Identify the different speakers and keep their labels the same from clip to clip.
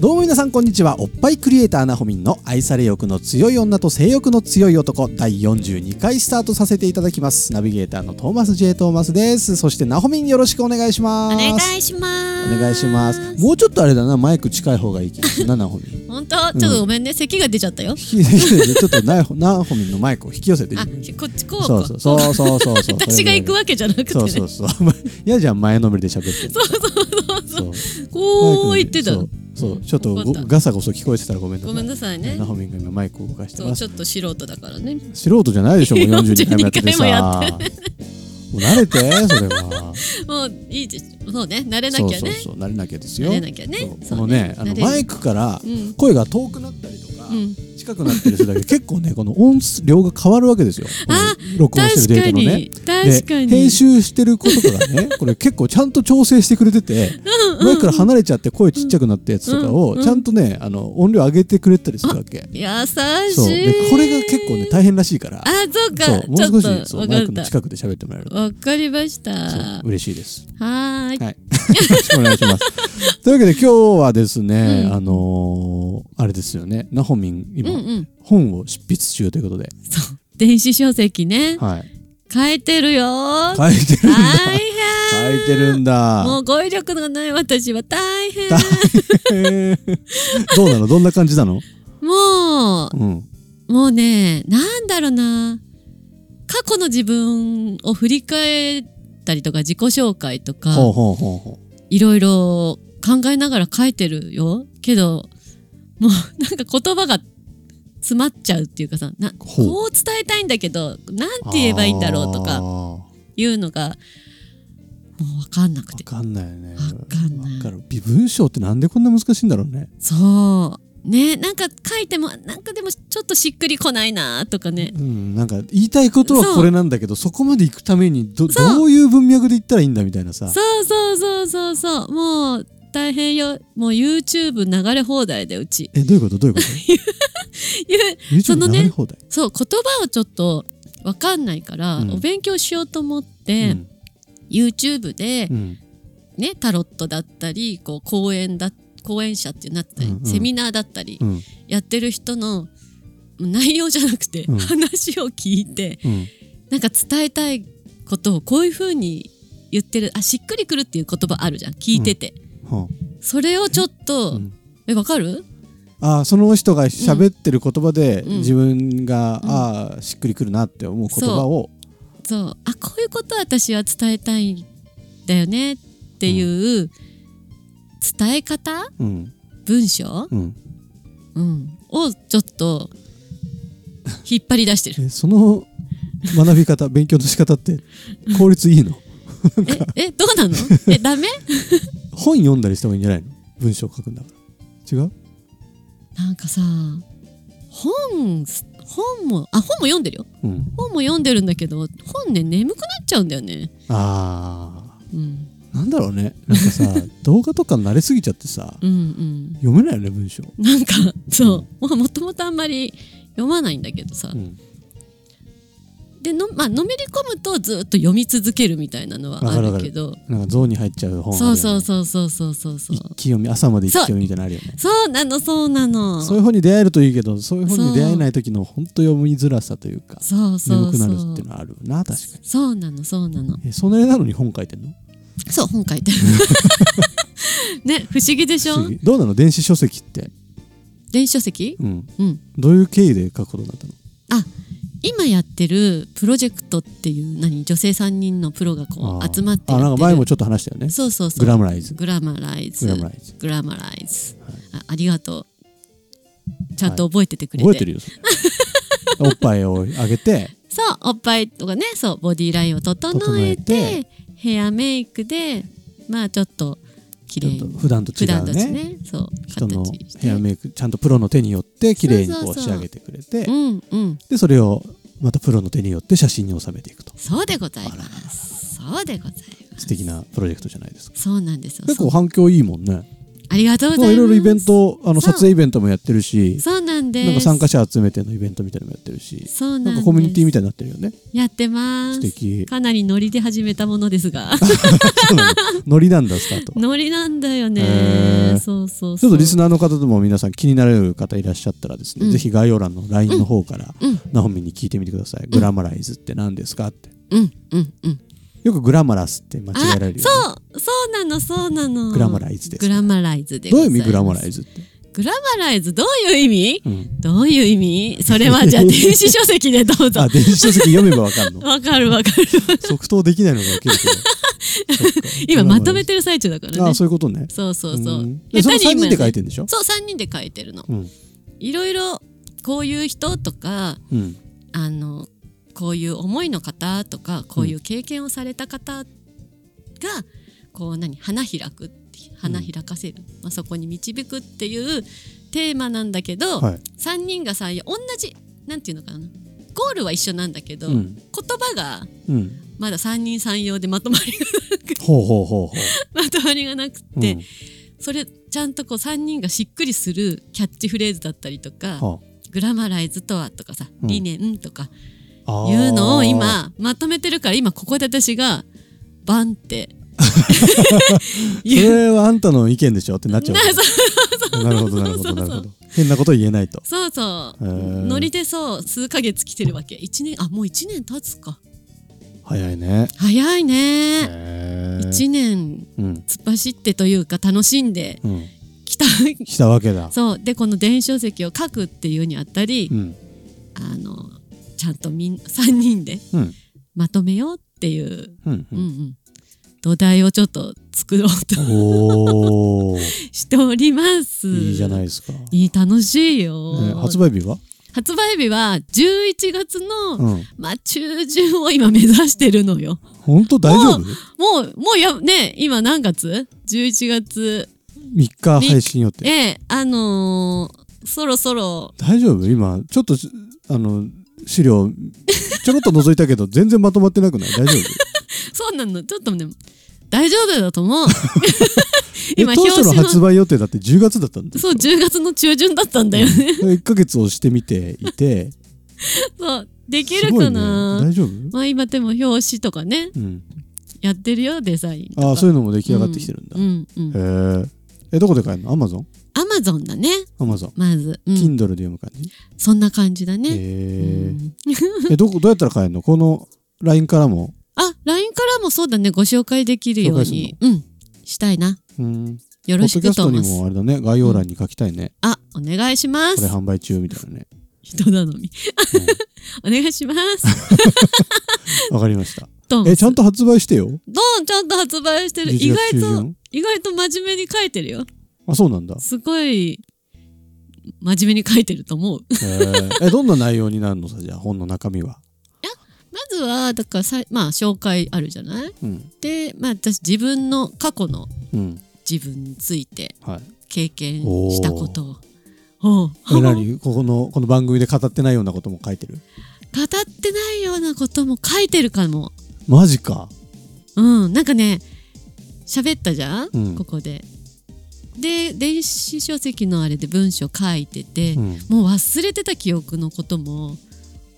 Speaker 1: どうも皆さんこんにちはおっぱいクリエイターなほみんの愛され欲の強い女と性欲の強い男第42回スタートさせていただきますナビゲーターのトーマス J トーマスですそしてなほみんよろしくお願いし
Speaker 2: お
Speaker 1: ます
Speaker 2: 願いします。
Speaker 1: お願いしますもうちょっとあれだなマイク近い方が いい気がするななほみん
Speaker 2: 本当、ちょっとごめんね、咳が出ちゃったよ。
Speaker 1: 引きちょっとななほみんのマイクを引き寄せて
Speaker 2: あ、こっちこう
Speaker 1: そうそうそうそうそうそう
Speaker 2: 私が行くわけじゃなくてね。
Speaker 1: そうそうそう嫌じゃん前のめりで喋ってそうそう
Speaker 2: こう言ってた
Speaker 1: そ
Speaker 2: の
Speaker 1: う。そうちょっと
Speaker 2: わ
Speaker 1: ご
Speaker 2: かった
Speaker 1: ガサゴソ聞こえてたらごめんなさい
Speaker 2: ごめんなさいね
Speaker 1: ナ。ホミンが今マイクを動かして
Speaker 2: そう、
Speaker 1: ます
Speaker 2: ちょっと素人だからね。
Speaker 1: 素人じゃないでしょもう 42
Speaker 2: 42
Speaker 1: 回もやっててさ
Speaker 2: 回もや
Speaker 1: もう慣れてそれは
Speaker 2: もういいでしょ。そうね、慣れなきゃ
Speaker 1: そう
Speaker 2: ね。
Speaker 1: そうそう慣れなきゃですよ
Speaker 2: 慣れなきゃね
Speaker 1: そう。
Speaker 2: そ
Speaker 1: この
Speaker 2: う
Speaker 1: ねあの
Speaker 2: 慣れる
Speaker 1: マイクから
Speaker 2: うん
Speaker 1: 声が遠くなったりとか、
Speaker 2: うん
Speaker 1: 近くなったりするだけで結構ねこの音量が変わるわけです よこの録音してるデータのね
Speaker 2: 確かに確かに
Speaker 1: で編集してることとかね これ結構ちゃんと調整してくれててマイクから離れちゃって声ちっちゃくなったやつとかをちゃんとねあの音量上げてくれたりするわけ
Speaker 2: 優
Speaker 1: そう
Speaker 2: し
Speaker 1: で
Speaker 2: い。
Speaker 1: これが結構ね大変らしいから
Speaker 2: あ、そうか。
Speaker 1: そうもう
Speaker 2: ちょ
Speaker 1: 少
Speaker 2: っと
Speaker 1: しそう
Speaker 2: わ
Speaker 1: マ
Speaker 2: か
Speaker 1: イク
Speaker 2: っ
Speaker 1: の
Speaker 2: た。
Speaker 1: 近くで喋ってもらえると
Speaker 2: わかりました。
Speaker 1: そう
Speaker 2: は
Speaker 1: 嬉しいです。
Speaker 2: ー
Speaker 1: はい、
Speaker 2: い。
Speaker 1: よろしくお願いし ます。というわけで今日はですね、あのーあれですよね、ナホミン今、
Speaker 2: うんうん。
Speaker 1: 本を執筆中ということで、
Speaker 2: そう。電子書籍ね。
Speaker 1: はい、
Speaker 2: 書いてるよー。
Speaker 1: 書いてるんだ、
Speaker 2: 大変。
Speaker 1: 書いてるん
Speaker 2: も
Speaker 1: だ。
Speaker 2: う語彙力がない私は大変。
Speaker 1: どうなの、どんな感じなの？
Speaker 2: も
Speaker 1: うん、
Speaker 2: う、もうね、なんだろうな。過去の自分を振り返ったりとか、自己紹介とか、
Speaker 1: ほうほうほうほう。
Speaker 2: いろいろ考えながら書いてるよ。けど、もうなんか言葉が詰まっちゃうっていうかさ、な
Speaker 1: ほう
Speaker 2: こう伝えたいんだけど、なんて言えばいいんだろう
Speaker 1: あ
Speaker 2: と
Speaker 1: ー
Speaker 2: か
Speaker 1: わ
Speaker 2: いうのが、もうわかんなくて。
Speaker 1: かんないよね。
Speaker 2: わかんない
Speaker 1: わる微文章ってなんでこんな難しいんだろうね。
Speaker 2: そう。ね、なんか書いても、なんかでもちょっとしっくりこないなとかね。
Speaker 1: うん、なんか言いたいことはこれなんだけどそこまで行くためにど
Speaker 2: そう
Speaker 1: どういう文脈で言ったらいいんだみたいなさ
Speaker 2: そうそうそうそうそうもう大変よもう YouTube 流れ放題でうち
Speaker 1: えどういうことどういうこと
Speaker 2: ゆ
Speaker 1: YouTube
Speaker 2: その
Speaker 1: 流
Speaker 2: ね
Speaker 1: れ放題、
Speaker 2: そう言葉をちょっとわかんないから、
Speaker 1: うん
Speaker 2: お勉強しようと思っ
Speaker 1: う
Speaker 2: て、
Speaker 1: ん
Speaker 2: YouTube で
Speaker 1: う、ん
Speaker 2: ねタロットだったりこう講演だ講演者ってなったり、
Speaker 1: うんうん
Speaker 2: セミナーだったり、
Speaker 1: うん
Speaker 2: やってる人の内容じゃなくて、
Speaker 1: うん
Speaker 2: 話を聞いて
Speaker 1: うん
Speaker 2: なんか伝えたいことをこういう風に言ってるあしっくりくるっていう言葉あるじゃん聞いてて、
Speaker 1: は
Speaker 2: それをちょっ
Speaker 1: あ
Speaker 2: と、
Speaker 1: うん
Speaker 2: えわかる
Speaker 1: あーその人が喋ってる言葉で、
Speaker 2: うん
Speaker 1: 自分が、
Speaker 2: うん
Speaker 1: あーしっくりくるなって思う言葉を
Speaker 2: そうあこういうことは私は伝えたいんだよねっていう伝え方
Speaker 1: うん
Speaker 2: 文章、
Speaker 1: うん、
Speaker 2: うん、をちょっと引っ張り 出してる。
Speaker 1: えその学び方勉強の仕方 って効率いいの
Speaker 2: ええどうなのえダメ
Speaker 1: 本読んだりした方がいいんじゃないの文章書くんだから違う
Speaker 2: なんかさ本本もあ本も読んでるよ
Speaker 1: うん
Speaker 2: 本も読んでるんだけど本ね眠くなっちゃうんだよね。
Speaker 1: あ
Speaker 2: うん
Speaker 1: ーなんだろうねなんか さ動画とか慣れすぎちゃってさ
Speaker 2: うんうん
Speaker 1: 読めないよね文章、
Speaker 2: なんかそうもともとあんまり読まないんだけどさ、
Speaker 1: うん、
Speaker 2: での、まあのめり込むとずっと読み続けるみたいなのはあるけど
Speaker 1: なんかゾーンに入っちゃう本あるよ
Speaker 2: そ
Speaker 1: ね
Speaker 2: うそうそうそうそうそうそう
Speaker 1: 一気読み朝まで一気読みみたいなのあるよね
Speaker 2: そうなのそうなの
Speaker 1: そう
Speaker 2: そ
Speaker 1: いうう本に出会えるといいけどそういう本
Speaker 2: そ
Speaker 1: に
Speaker 2: う
Speaker 1: 出会えない時の本当読みづらさというか
Speaker 2: そうそう
Speaker 1: 眠くなるっていうのはあるな確かに
Speaker 2: そうなのそうなの
Speaker 1: えそれなのに本書いてんの
Speaker 2: そう本書い てあるね不思議でしょ
Speaker 1: 不思議どうなの電子書籍って、
Speaker 2: 電子書籍
Speaker 1: うん、
Speaker 2: うん
Speaker 1: どういう経緯で書くことになったの
Speaker 2: あ今やってるプロジェクトっていう何女性3人のプロがこ
Speaker 1: あー
Speaker 2: う集まってやってる
Speaker 1: あなんか前もちょっと話したよね
Speaker 2: そうそうそう
Speaker 1: グラムライズ
Speaker 2: グラマライズ
Speaker 1: グラムライズ
Speaker 2: グラマライズあありがとうちゃんと覚えててくれて、
Speaker 1: 覚えてるよ それおっぱいをあげて
Speaker 2: そうおっぱいとかねそうボディラインを整えて
Speaker 1: 整えて
Speaker 2: ヘアメイクでまあちょっと綺
Speaker 1: ちょ
Speaker 2: 麗
Speaker 1: っと
Speaker 2: に
Speaker 1: 普段と違
Speaker 2: 普段
Speaker 1: う
Speaker 2: と
Speaker 1: ね
Speaker 2: ねそう
Speaker 1: 人の
Speaker 2: 形して
Speaker 1: ヘアメイクちゃんとプロの手によって綺麗に
Speaker 2: そ
Speaker 1: こ
Speaker 2: う
Speaker 1: う
Speaker 2: そうそう
Speaker 1: 仕上げてくれて
Speaker 2: うんうん
Speaker 1: でそれをまたプロの手によって写真に収めていくと
Speaker 2: そうでございますそうでございます
Speaker 1: 素敵なプロジェクトじゃないですか
Speaker 2: そうなんですよ
Speaker 1: 結構
Speaker 2: そう
Speaker 1: 反響いいもんね
Speaker 2: ありがとう
Speaker 1: な
Speaker 2: ご
Speaker 1: ん
Speaker 2: ざいま
Speaker 1: かい
Speaker 2: す
Speaker 1: ろいろイベントあの
Speaker 2: そう
Speaker 1: 撮影イベントもやってるし
Speaker 2: そうなんです
Speaker 1: なんか参加者集めてのイベントみたいなのもやってるし
Speaker 2: そうなん
Speaker 1: な
Speaker 2: で
Speaker 1: ん
Speaker 2: す
Speaker 1: かコミュニティみたいになってるよ ね
Speaker 2: やってま
Speaker 1: 素
Speaker 2: す
Speaker 1: 敵
Speaker 2: かなりノリで始めたものです が
Speaker 1: そうなのノリなんだスタート
Speaker 2: ノリなんだよね、
Speaker 1: へー
Speaker 2: そうそう
Speaker 1: ち
Speaker 2: そ
Speaker 1: ょ
Speaker 2: う
Speaker 1: っとリスナーの方でも皆さん気になれる方いらっしゃったらですね、
Speaker 2: うん
Speaker 1: ぜひ概要欄の LINE の方から、
Speaker 2: うん
Speaker 1: ナホミに聞いてみてください、グラマライズって何ですかって
Speaker 2: うんうんうん
Speaker 1: よくグラマラスって間違えられるよ、ね、
Speaker 2: そうそうなのそうなの
Speaker 1: グラマライズです
Speaker 2: グラマライズで
Speaker 1: ど
Speaker 2: ご
Speaker 1: うい
Speaker 2: ざ
Speaker 1: う意味グラマ
Speaker 2: ま
Speaker 1: ラ
Speaker 2: す
Speaker 1: イズって、
Speaker 2: グラマライズどういう意味
Speaker 1: うん、
Speaker 2: どういう意味それはじゃあ電子書籍でどうぞ
Speaker 1: あ電子書籍読めばわかんの
Speaker 2: わかるわかる
Speaker 1: 即答できないのが受けるけど
Speaker 2: 今まとめ
Speaker 1: て
Speaker 2: てる最中だからね
Speaker 1: あそういうことね
Speaker 2: そうそうそう
Speaker 1: うん
Speaker 2: 下
Speaker 1: でその
Speaker 2: 手
Speaker 1: 3
Speaker 2: に今
Speaker 1: 人
Speaker 2: ね
Speaker 1: で書いてるんでしょ
Speaker 2: そう3人で書いてるの
Speaker 1: うん
Speaker 2: いろいろこういう人とか
Speaker 1: うん
Speaker 2: あのこういう思いの方とかこういう経験をされた方が、こう何花開くって花開かせる、まあ、そこに導くっていうテーマなんだけど、
Speaker 1: はい
Speaker 2: 3人がさいや同じなんていうのかなゴールは一緒なんだけど、
Speaker 1: うん
Speaker 2: 言葉が
Speaker 1: うん
Speaker 2: まだ3人3様でまとまりが
Speaker 1: ほうほうほうほ
Speaker 2: まとまりがなく
Speaker 1: う
Speaker 2: て、
Speaker 1: うん
Speaker 2: それちゃんとこう3人がしっくりするキャッチフレーズだったりとか、
Speaker 1: は
Speaker 2: グラマライズとはとかさ、
Speaker 1: うん
Speaker 2: 理念とか
Speaker 1: ああー
Speaker 2: いうのを今まとめてるから今ここで私がバンって
Speaker 1: そ
Speaker 2: 言う
Speaker 1: れはあんたの意見でしょってなっちゃう
Speaker 2: な
Speaker 1: から
Speaker 2: そう
Speaker 1: なるほどなるほど
Speaker 2: そう
Speaker 1: な
Speaker 2: そう
Speaker 1: るほど変なことは言えないと
Speaker 2: そうそう
Speaker 1: へー
Speaker 2: ノリでそう数ヶ月来てるわけ1年あもう1年経つか
Speaker 1: 早いね
Speaker 2: 早いね
Speaker 1: へー
Speaker 2: 1年
Speaker 1: うん
Speaker 2: 突っ走ってというか楽しんで
Speaker 1: うん
Speaker 2: きた
Speaker 1: したわけだ
Speaker 2: そうでこの電子書籍を書くっていうにあたり
Speaker 1: うん
Speaker 2: あのちゃんとみん3人で
Speaker 1: うん
Speaker 2: まとめようっていう、
Speaker 1: うんう
Speaker 2: うんうんん、土台をちょっと作ろうと
Speaker 1: おー
Speaker 2: しております。
Speaker 1: いいじゃないですか
Speaker 2: いい楽しいよ、
Speaker 1: ね発売日は
Speaker 2: 発売日は11月の、
Speaker 1: うん
Speaker 2: まあ中旬を今目指してるのよ。
Speaker 1: 本当大丈夫
Speaker 2: もうもうやね今何月？11月。
Speaker 1: 3日配信予定
Speaker 2: ええあのーそろそろ
Speaker 1: 大丈夫今ちょっとしあの資料ちょろっと覗いたけど全然まとまってなくない大丈夫
Speaker 2: そうなのちょっとね大丈夫だ と思う。
Speaker 1: え
Speaker 2: 今
Speaker 1: 当初の
Speaker 2: 表紙の
Speaker 1: 発売予定だって10月だったんです
Speaker 2: そう10月の中旬だったんだよね。
Speaker 1: 1ヶ月をしてみていて
Speaker 2: そうでき
Speaker 1: す
Speaker 2: る
Speaker 1: ごい
Speaker 2: か
Speaker 1: ね
Speaker 2: な。
Speaker 1: 大丈夫
Speaker 2: まあ今でも表紙とかね
Speaker 1: うん
Speaker 2: やってるよデザインとか。
Speaker 1: ああそういうのも出来上がってきてるんだ
Speaker 2: うんうんう
Speaker 1: へ
Speaker 2: ん。
Speaker 1: え。え、どこで買えるのアマゾン
Speaker 2: アマゾンだね。
Speaker 1: アマゾン。
Speaker 2: まず、うん
Speaker 1: Kindle で読む感じ
Speaker 2: そんな感じだ
Speaker 1: へ
Speaker 2: ね。う
Speaker 1: え。
Speaker 2: ん
Speaker 1: え、どこ、どうやったら買えるのこの LINE からも。
Speaker 2: あ、LINE からもそうだね、ご紹介できるように、うん、したいな。
Speaker 1: うん。ポ
Speaker 2: よろ
Speaker 1: ッド
Speaker 2: し
Speaker 1: キャ
Speaker 2: く
Speaker 1: ス
Speaker 2: と
Speaker 1: トに
Speaker 2: 思います。
Speaker 1: もあれだね、概要欄に書きたいね。
Speaker 2: あ、お願いしま
Speaker 1: これ
Speaker 2: す。
Speaker 1: 販売中みたいなね。
Speaker 2: 人頼み。 お願いします。
Speaker 1: わかりました。
Speaker 2: ドン。
Speaker 1: え、ちゃんと発売してよ。
Speaker 2: ドン、ちゃんと発売してる。意
Speaker 1: 11月
Speaker 2: 外
Speaker 1: 中
Speaker 2: と、
Speaker 1: 旬。
Speaker 2: 意外と真面目に書いてるよ。
Speaker 1: あ、そう なんだ。
Speaker 2: すごい、真面目に書いてると思う。
Speaker 1: へえ。え、どんな内容になるのさ、じゃあ本の中身は。
Speaker 2: まずは、だからさい、まあ、紹介あるじゃない
Speaker 1: うん。
Speaker 2: で、まあ、私、自分の過去の
Speaker 1: うん。
Speaker 2: 自分について
Speaker 1: はい。
Speaker 2: 経験したことを。おう
Speaker 1: え、何ここの、この番組で語ってないようなことも書いてる。
Speaker 2: 語ってないようなことも書いてるかも。
Speaker 1: マジか。
Speaker 2: うん、なんかね、喋ったじゃん、
Speaker 1: うん
Speaker 2: ここで。で、電子書籍のあれで文章書いてて、
Speaker 1: うん。
Speaker 2: もう忘れてた記憶のことも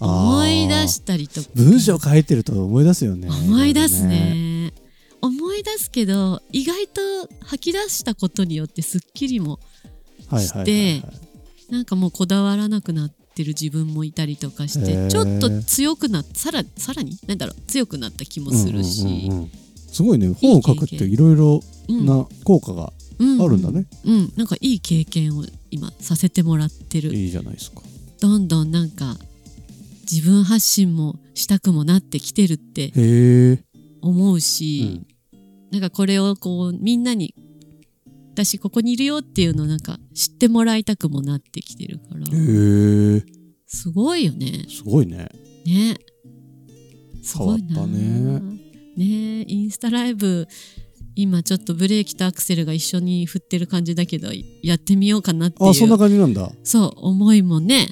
Speaker 1: あー
Speaker 2: 思い出したりとか。
Speaker 1: 文章書いてると思い出すよね。
Speaker 2: 思い出すね。思い出すけど意外と吐き出したことによってすっきりも
Speaker 1: はいはいはい
Speaker 2: して
Speaker 1: はい
Speaker 2: なんかもうこだわらなくなってる自分もいたりとかし
Speaker 1: へー
Speaker 2: てちょっと強くなさらさらになんだろう強くなった気もするし、
Speaker 1: うんうんうんうんすごいね本を書くっていろいろ
Speaker 2: うん
Speaker 1: な効果があるんだね、
Speaker 2: うん、うんなんかいい経験を今させてもらってる
Speaker 1: いいじゃないですか
Speaker 2: どんどんなんか自分発信もしたくもなってきてるって
Speaker 1: へえ、
Speaker 2: 思う
Speaker 1: う
Speaker 2: し
Speaker 1: ん、
Speaker 2: なんかこれをこうみんなに私ここにいるよっていうのをなんか知ってもらいたくもなってきてるから
Speaker 1: へえ
Speaker 2: すごいよね
Speaker 1: すごいね
Speaker 2: ねすごいな
Speaker 1: 変わったね
Speaker 2: ねインスタライブ今ちょっとブレーキとアクセルが一緒に振ってる感じだけどやってみようかなっていう
Speaker 1: あそんな感じなんだ
Speaker 2: そう思いもね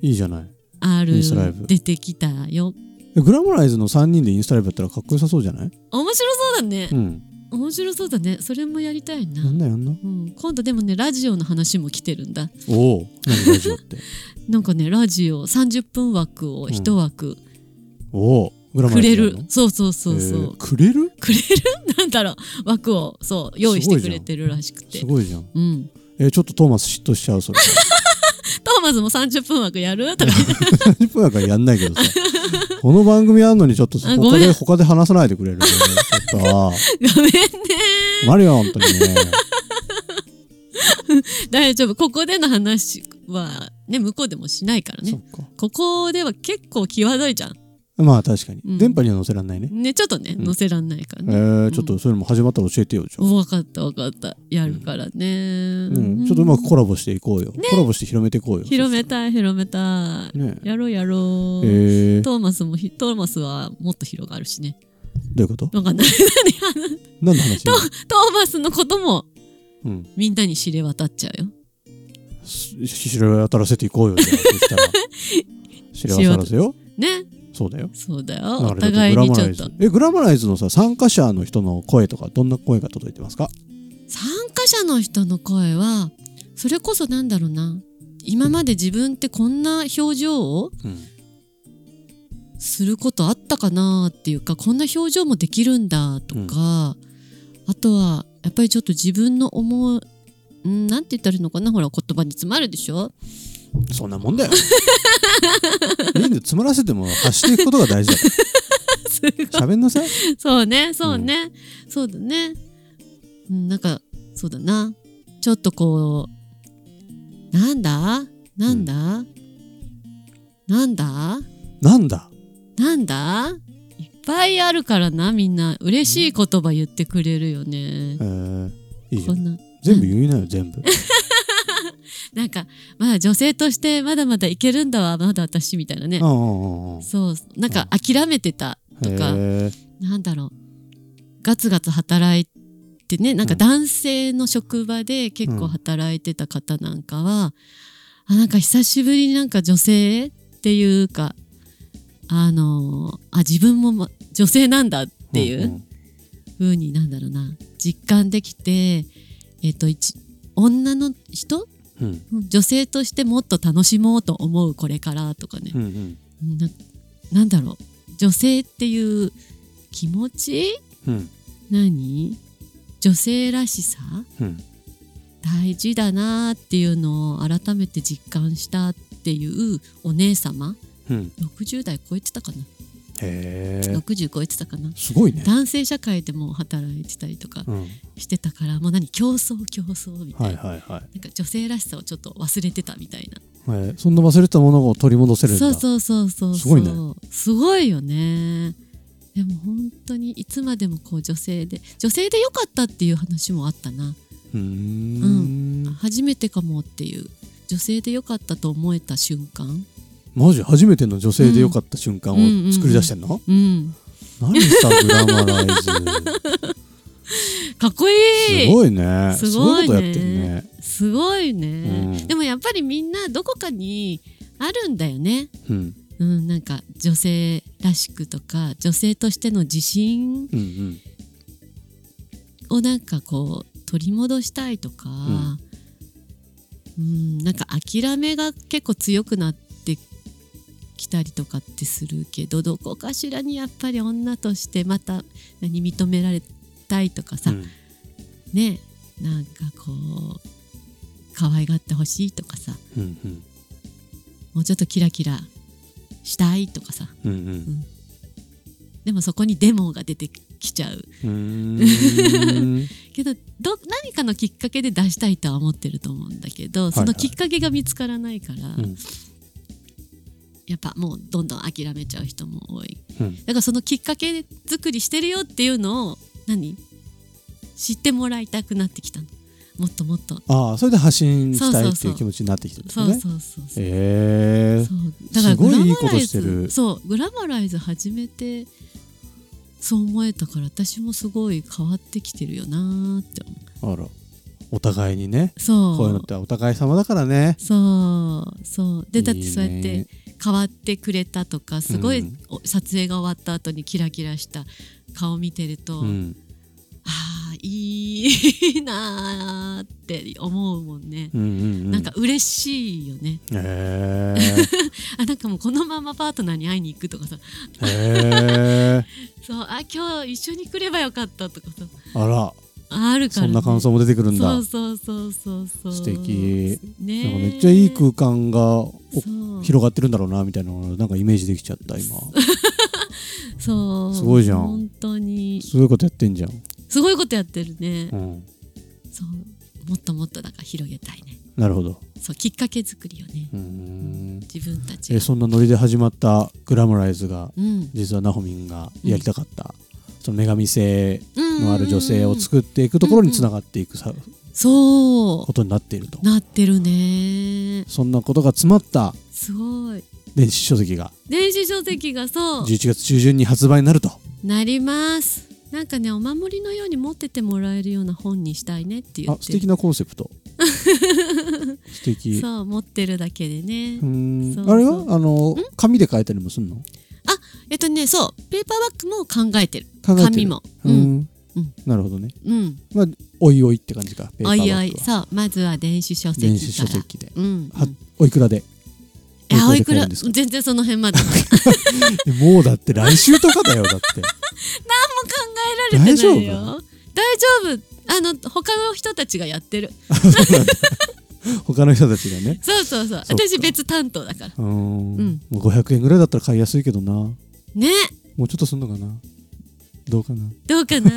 Speaker 1: いいじゃない
Speaker 2: ある
Speaker 1: インスタライブ
Speaker 2: 出てきたよ
Speaker 1: えグラマライズの3人でインスタライブやったらかっこよさそうじゃない
Speaker 2: 面白そうだね
Speaker 1: うん
Speaker 2: 面白そうだねそれもやりたいな、
Speaker 1: やんなやんな
Speaker 2: うん、今度でもねラジオの話も来てるんだ
Speaker 1: おお何ラジオって
Speaker 2: なんかねラジオ30分枠を1枠
Speaker 1: おおグラマ
Speaker 2: く
Speaker 1: ライ
Speaker 2: れ
Speaker 1: ズ
Speaker 2: る、
Speaker 1: なの
Speaker 2: そうそうそうそう、
Speaker 1: えーくれる
Speaker 2: くれる なんだろう枠をそう用意してくれてるらしくて
Speaker 1: すごいじゃん
Speaker 2: うん、
Speaker 1: えーちょっとトーマス嫉妬しちゃうそれ
Speaker 2: トーマスも30分枠やると か
Speaker 1: 30分やからやんないけ どさこの番組あんのにちょっと
Speaker 2: あご
Speaker 1: 他
Speaker 2: めん
Speaker 1: で他で話さないでくれる、ね、ちょっと
Speaker 2: ごめんね
Speaker 1: マリオン本当に ね
Speaker 2: 大丈夫ここでの話はね向こうでもしないから
Speaker 1: そ
Speaker 2: ね
Speaker 1: っか
Speaker 2: ここでは結構際どいじゃん
Speaker 1: まあ確かに、
Speaker 2: うん
Speaker 1: 電波には載せらんないね、
Speaker 2: ねちょっとね
Speaker 1: うん
Speaker 2: 載せらんないから
Speaker 1: え
Speaker 2: ね、
Speaker 1: ー、ちょっとそれも始まったら教えてよじゃあ
Speaker 2: 分かった分かったやるからね、
Speaker 1: うん、ちょっとうまくコラボしていこうよ、コラボして広めていこうよ
Speaker 2: 広めたい広めたい、
Speaker 1: ね
Speaker 2: やろうや
Speaker 1: え
Speaker 2: ろう、
Speaker 1: ー、ど
Speaker 2: トーマスもひトーマスはもっと広がるしね
Speaker 1: ういうこと
Speaker 2: 分かんない
Speaker 1: 何
Speaker 2: 何話
Speaker 1: の話
Speaker 2: トーマスのことも
Speaker 1: うん
Speaker 2: みんなに知れ渡っちゃうよ
Speaker 1: し知れ渡らせていこうよ じゃあそしたら知れ渡らせよ
Speaker 2: ね
Speaker 1: そうだよ
Speaker 2: そうだ
Speaker 1: だ
Speaker 2: よ
Speaker 1: から
Speaker 2: お互いにちょっ
Speaker 1: グラマラ
Speaker 2: と
Speaker 1: イズえグラマライズのさ参加者の人の声とかどんな声が届いてますか
Speaker 2: 参加者の人の声はそれこそなんだろうな今まで自分ってこんな表情を
Speaker 1: うん
Speaker 2: することあったかなっていうかこんな表情もできるんだとか、
Speaker 1: うん
Speaker 2: あとはやっぱりちょっと自分の思うんなんて言ったらいいのかなほら言葉に詰まるで しょ
Speaker 1: そんなもんだよ いいんだよ詰まらせても発していくことが大事だか
Speaker 2: すごい
Speaker 1: ら喋んなさい
Speaker 2: そうねそうね、そうだねうんなんかそうだなちょっとこうなんだなんだ、なんだ
Speaker 1: なんだ
Speaker 2: なんだいっぱいあるからなみんな嬉しい言葉言ってくれるよね
Speaker 1: え。ー、いいじゃ
Speaker 2: こ
Speaker 1: ん
Speaker 2: んな
Speaker 1: 全部言いなよ 全部
Speaker 2: なんかまあ女性としてまだまだいけるんだわまだ私みたいなね
Speaker 1: うんうんうんうん
Speaker 2: そうなんか諦めてたとか
Speaker 1: へー
Speaker 2: なんだろうガツガツ働いてねなんか
Speaker 1: うん
Speaker 2: 男性の職場で結構働いてた方なんかは、あなんか久しぶりになんか女性っていうかあのあ自分も、ま、女性なんだっていう。
Speaker 1: んん
Speaker 2: 風になんだろうな実感できて、えっと一女の人
Speaker 1: うん
Speaker 2: 女性としてもっと楽しもうと思うこれからとかね
Speaker 1: う、んうん
Speaker 2: ななんだろう女性っていう気持ち
Speaker 1: うん
Speaker 2: 何女性らしさ
Speaker 1: うん
Speaker 2: 大事だなっていうのを改めて実感したっていうお姉様
Speaker 1: うん
Speaker 2: 60代超えてたかな
Speaker 1: へえ
Speaker 2: 60超えてたかな
Speaker 1: すごいね
Speaker 2: 男性社会でも働いてたりとか
Speaker 1: うん
Speaker 2: してたからもう何競争競争みたいな、
Speaker 1: はいはいはい
Speaker 2: なんか女性らしさをちょっと忘れてたみたいな。
Speaker 1: えーそんな忘れてたものを取り戻せるんだ
Speaker 2: そうそうそうそうそう。
Speaker 1: すごいね
Speaker 2: すごいよね。でも本当にいつまでもこう女性で女性で良かったっていう話もあったな、
Speaker 1: うーん
Speaker 2: 初めてかもっていう女性で良かったと思えた瞬間
Speaker 1: マジ初めての女性でよかった瞬間を作り出してんの、
Speaker 2: うん
Speaker 1: 何さグラマライズ
Speaker 2: かっこいい
Speaker 1: すごいね
Speaker 2: すご
Speaker 1: そういう
Speaker 2: いね
Speaker 1: ことやってんね
Speaker 2: すごいね、
Speaker 1: うん
Speaker 2: でもやっぱりみんなどこかにあるんだよね
Speaker 1: うん
Speaker 2: うんなんか女性らしくとか女性としての自信
Speaker 1: うんうん
Speaker 2: をなんかこう取り戻したいとか、う
Speaker 1: ん、
Speaker 2: んなんか諦めが結構強くなってきたりとかってするけどどこかしらにやっぱり女としてまた何認められたいとかさ、
Speaker 1: うん
Speaker 2: ねなんかこう可愛がってほしいとかさ
Speaker 1: うんうん
Speaker 2: もうちょっとキラキラしたいとかさ
Speaker 1: うんうん
Speaker 2: でもそこにデモが出てきちゃう
Speaker 1: うーん
Speaker 2: けどど何かのきっかけで出したいとは思ってると思うんだけど
Speaker 1: い
Speaker 2: そのきっかけが見つからないから、
Speaker 1: うん
Speaker 2: やっぱもうどんどん諦めちゃう人も多い
Speaker 1: うん
Speaker 2: だからそのきっかけ作りしてるよっていうのを何知ってもらいたくなってきたのもっともっと、
Speaker 1: ああそれで発信したい
Speaker 2: そう
Speaker 1: っ
Speaker 2: そ
Speaker 1: てい
Speaker 2: うそう
Speaker 1: う気持ちになってきてるんです
Speaker 2: そう
Speaker 1: ね
Speaker 2: そうそうそう
Speaker 1: ええ
Speaker 2: そうだから
Speaker 1: すご
Speaker 2: グ
Speaker 1: い
Speaker 2: ラマ
Speaker 1: いい
Speaker 2: ラ
Speaker 1: こと
Speaker 2: イ
Speaker 1: して
Speaker 2: ズ
Speaker 1: る
Speaker 2: そうグラマライズ始めてそう思えたから私もすごい変わってきてるよなーって思
Speaker 1: あらお互いにね
Speaker 2: うそう
Speaker 1: こういうのってお互い様だからね
Speaker 2: そうそうでだってそうやっ
Speaker 1: いいね
Speaker 2: て変わってくれたとかすごい、
Speaker 1: うん
Speaker 2: お撮影が終わった後にキラキラした顔見てると、
Speaker 1: うん
Speaker 2: あーいいなーって思うもんね、
Speaker 1: うんうんうん
Speaker 2: なんか嬉しいよね
Speaker 1: へえ
Speaker 2: あなんかもうこのままパートナーに会いに行くとかさ
Speaker 1: へえ
Speaker 2: そうあ今日一緒に来ればよかったとかさ
Speaker 1: あ ら
Speaker 2: あるか
Speaker 1: そ
Speaker 2: ら、ね、
Speaker 1: んな感想も出てくるんだ
Speaker 2: そうそうそうそうそう
Speaker 1: 素敵
Speaker 2: ね
Speaker 1: なんかめっちゃいい空間がお
Speaker 2: そう
Speaker 1: 広がってるんだろうなみたいなのがなんかイメージできちゃった今
Speaker 2: そう
Speaker 1: すごいじゃん
Speaker 2: 本当に
Speaker 1: すごいことやってんじゃん、
Speaker 2: すごいことやってるね、
Speaker 1: うん、
Speaker 2: そうもっともっとだから広げたいね
Speaker 1: なるほど
Speaker 2: そうきっかけ作りよね
Speaker 1: うーん
Speaker 2: 自分たち
Speaker 1: え
Speaker 2: が
Speaker 1: そんなノリで始まったグラムライズが
Speaker 2: うん
Speaker 1: 実はナホミンがやりたかった、その女神性のある女性を
Speaker 2: る
Speaker 1: 作っていくところにつながっていくさ
Speaker 2: そ
Speaker 1: ことになっていると
Speaker 2: うなってるね
Speaker 1: そんなことが詰まった
Speaker 2: すごい
Speaker 1: 電子書籍が
Speaker 2: 電子書籍がそう
Speaker 1: 11月中旬に発売になると
Speaker 2: なりますなんかねお守りのように持っててもらえるような本にしたいねって言
Speaker 1: あ
Speaker 2: って
Speaker 1: 素敵なコンセ プト素敵う
Speaker 2: そう持ってるだけでね、
Speaker 1: ーん
Speaker 2: そうそう
Speaker 1: あれはあの紙で書いたりもするの
Speaker 2: えっとねそうペーパーバッグも考えてる
Speaker 1: 考えてる
Speaker 2: 紙も
Speaker 1: う
Speaker 2: うんんうん
Speaker 1: なるほどね
Speaker 2: うん
Speaker 1: まあおいおいって感じかペーパ
Speaker 2: お
Speaker 1: ーバッ
Speaker 2: い
Speaker 1: グは
Speaker 2: おいそうまずは電子書籍から
Speaker 1: 電子書籍で
Speaker 2: うん、
Speaker 1: はおいくらで
Speaker 2: いや、
Speaker 1: お
Speaker 2: お
Speaker 1: い
Speaker 2: い
Speaker 1: く
Speaker 2: く
Speaker 1: ら
Speaker 2: ら、
Speaker 1: で買えるん
Speaker 2: 全然その辺 まで。もう考
Speaker 1: もうだって来週とかだよだって
Speaker 2: えられてない
Speaker 1: 大丈
Speaker 2: よ。大丈夫。あの、他の人たちがやってる。
Speaker 1: 他の人たちがね
Speaker 2: そうそうそ
Speaker 1: そ
Speaker 2: う。
Speaker 1: っか
Speaker 2: 私別担当だから。
Speaker 1: うーん
Speaker 2: うん
Speaker 1: もう500円ぐらいだったら買いやすいけどなも
Speaker 2: ね、
Speaker 1: うちょっとすんのかなどうかな
Speaker 2: どうかな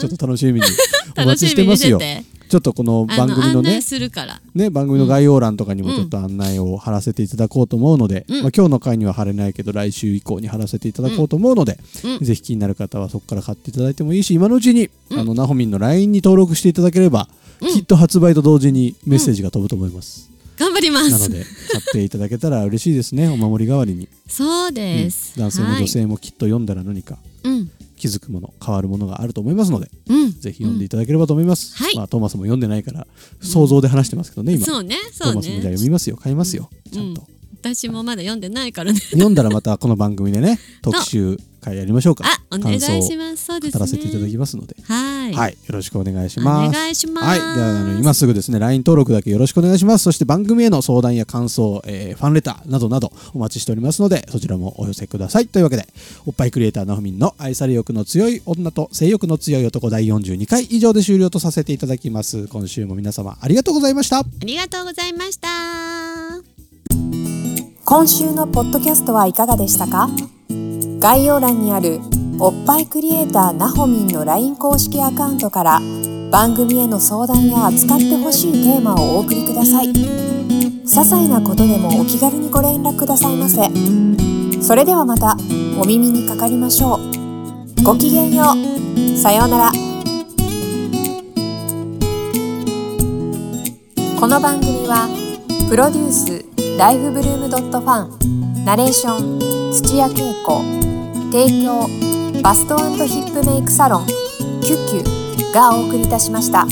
Speaker 1: ちょっ。と楽しみにお
Speaker 2: 楽
Speaker 1: 待ち
Speaker 2: し
Speaker 1: して
Speaker 2: み
Speaker 1: ま
Speaker 2: に
Speaker 1: す
Speaker 2: して
Speaker 1: よ
Speaker 2: て。
Speaker 1: ちょっとこの
Speaker 2: あ
Speaker 1: 番
Speaker 2: の、
Speaker 1: 組の
Speaker 2: 案
Speaker 1: ね
Speaker 2: 内するから。
Speaker 1: ね、番組の概要欄とかにも
Speaker 2: うん
Speaker 1: ちょっと案内を貼らせていただこうと思うので、
Speaker 2: うん
Speaker 1: まあ、今日の回には貼れないけど来週以降に貼らせていただこうと思うので、
Speaker 2: うん
Speaker 1: ぜひ気になる方はそこから買っていただいてもいいし今のうちに、
Speaker 2: うん
Speaker 1: あのナホミンの LINE に登録していただければ、
Speaker 2: うん
Speaker 1: きっと発売と同時にメッセージが飛ぶと思います、
Speaker 2: 頑張りま
Speaker 1: なの
Speaker 2: す。
Speaker 1: で買っていただけたら嬉しいですねお守り代わりに、
Speaker 2: そう
Speaker 1: うん
Speaker 2: です。
Speaker 1: 男性も女性もきっと読んだら何か
Speaker 2: はい。うん。
Speaker 1: 気づくもの変わるものがあると思いますので
Speaker 2: うん。
Speaker 1: ぜひ読んでいただければと思います、
Speaker 2: うんはい
Speaker 1: まあ、トーマスも読んでないから想像で話してますけどね今
Speaker 2: そうね、
Speaker 1: トー
Speaker 2: そう
Speaker 1: マスもじゃあ
Speaker 2: ね。
Speaker 1: 読みますよ買いますよ、
Speaker 2: ん
Speaker 1: ちゃんと、
Speaker 2: 私もまだ読んでないからね。
Speaker 1: 読んだらまたこの番組で ね特集会やりましょうか
Speaker 2: あ、お願いし
Speaker 1: 感
Speaker 2: ます。そうで
Speaker 1: 想を語
Speaker 2: すね。
Speaker 1: らせていただきますので、
Speaker 2: はい。
Speaker 1: はいよろしくお願いし
Speaker 2: お
Speaker 1: ます
Speaker 2: 願いします。
Speaker 1: はい、ではあの今すぐですね LINE 登録だけよろしくお願いしますそして番組への相談や感想、えーファンレターなどなどお待ちしておりますのでそちらもお寄せくださいというわけでおっぱいクリエイターなほみんの愛され欲の強い女と性欲の強い男第42回以上で終了とさせていただきます今週も皆様ありがとうございました
Speaker 2: ありがとうございました。
Speaker 3: 今週のポッドキャストはいかがでしたか概要欄にあるおっぱいクリエイターなほみんの LINE 公式アカウントから番組への相談や扱ってほしいテーマをお送りください些細なことでもお気軽にご連絡くださいませそれではまたお耳にかかりましょうごきげんようさようならこの番組はプロデュースライフブルームドットファンナレーション土屋恵子提供バストヒップメイクサロン「キュッキュ」がお送りいたしました。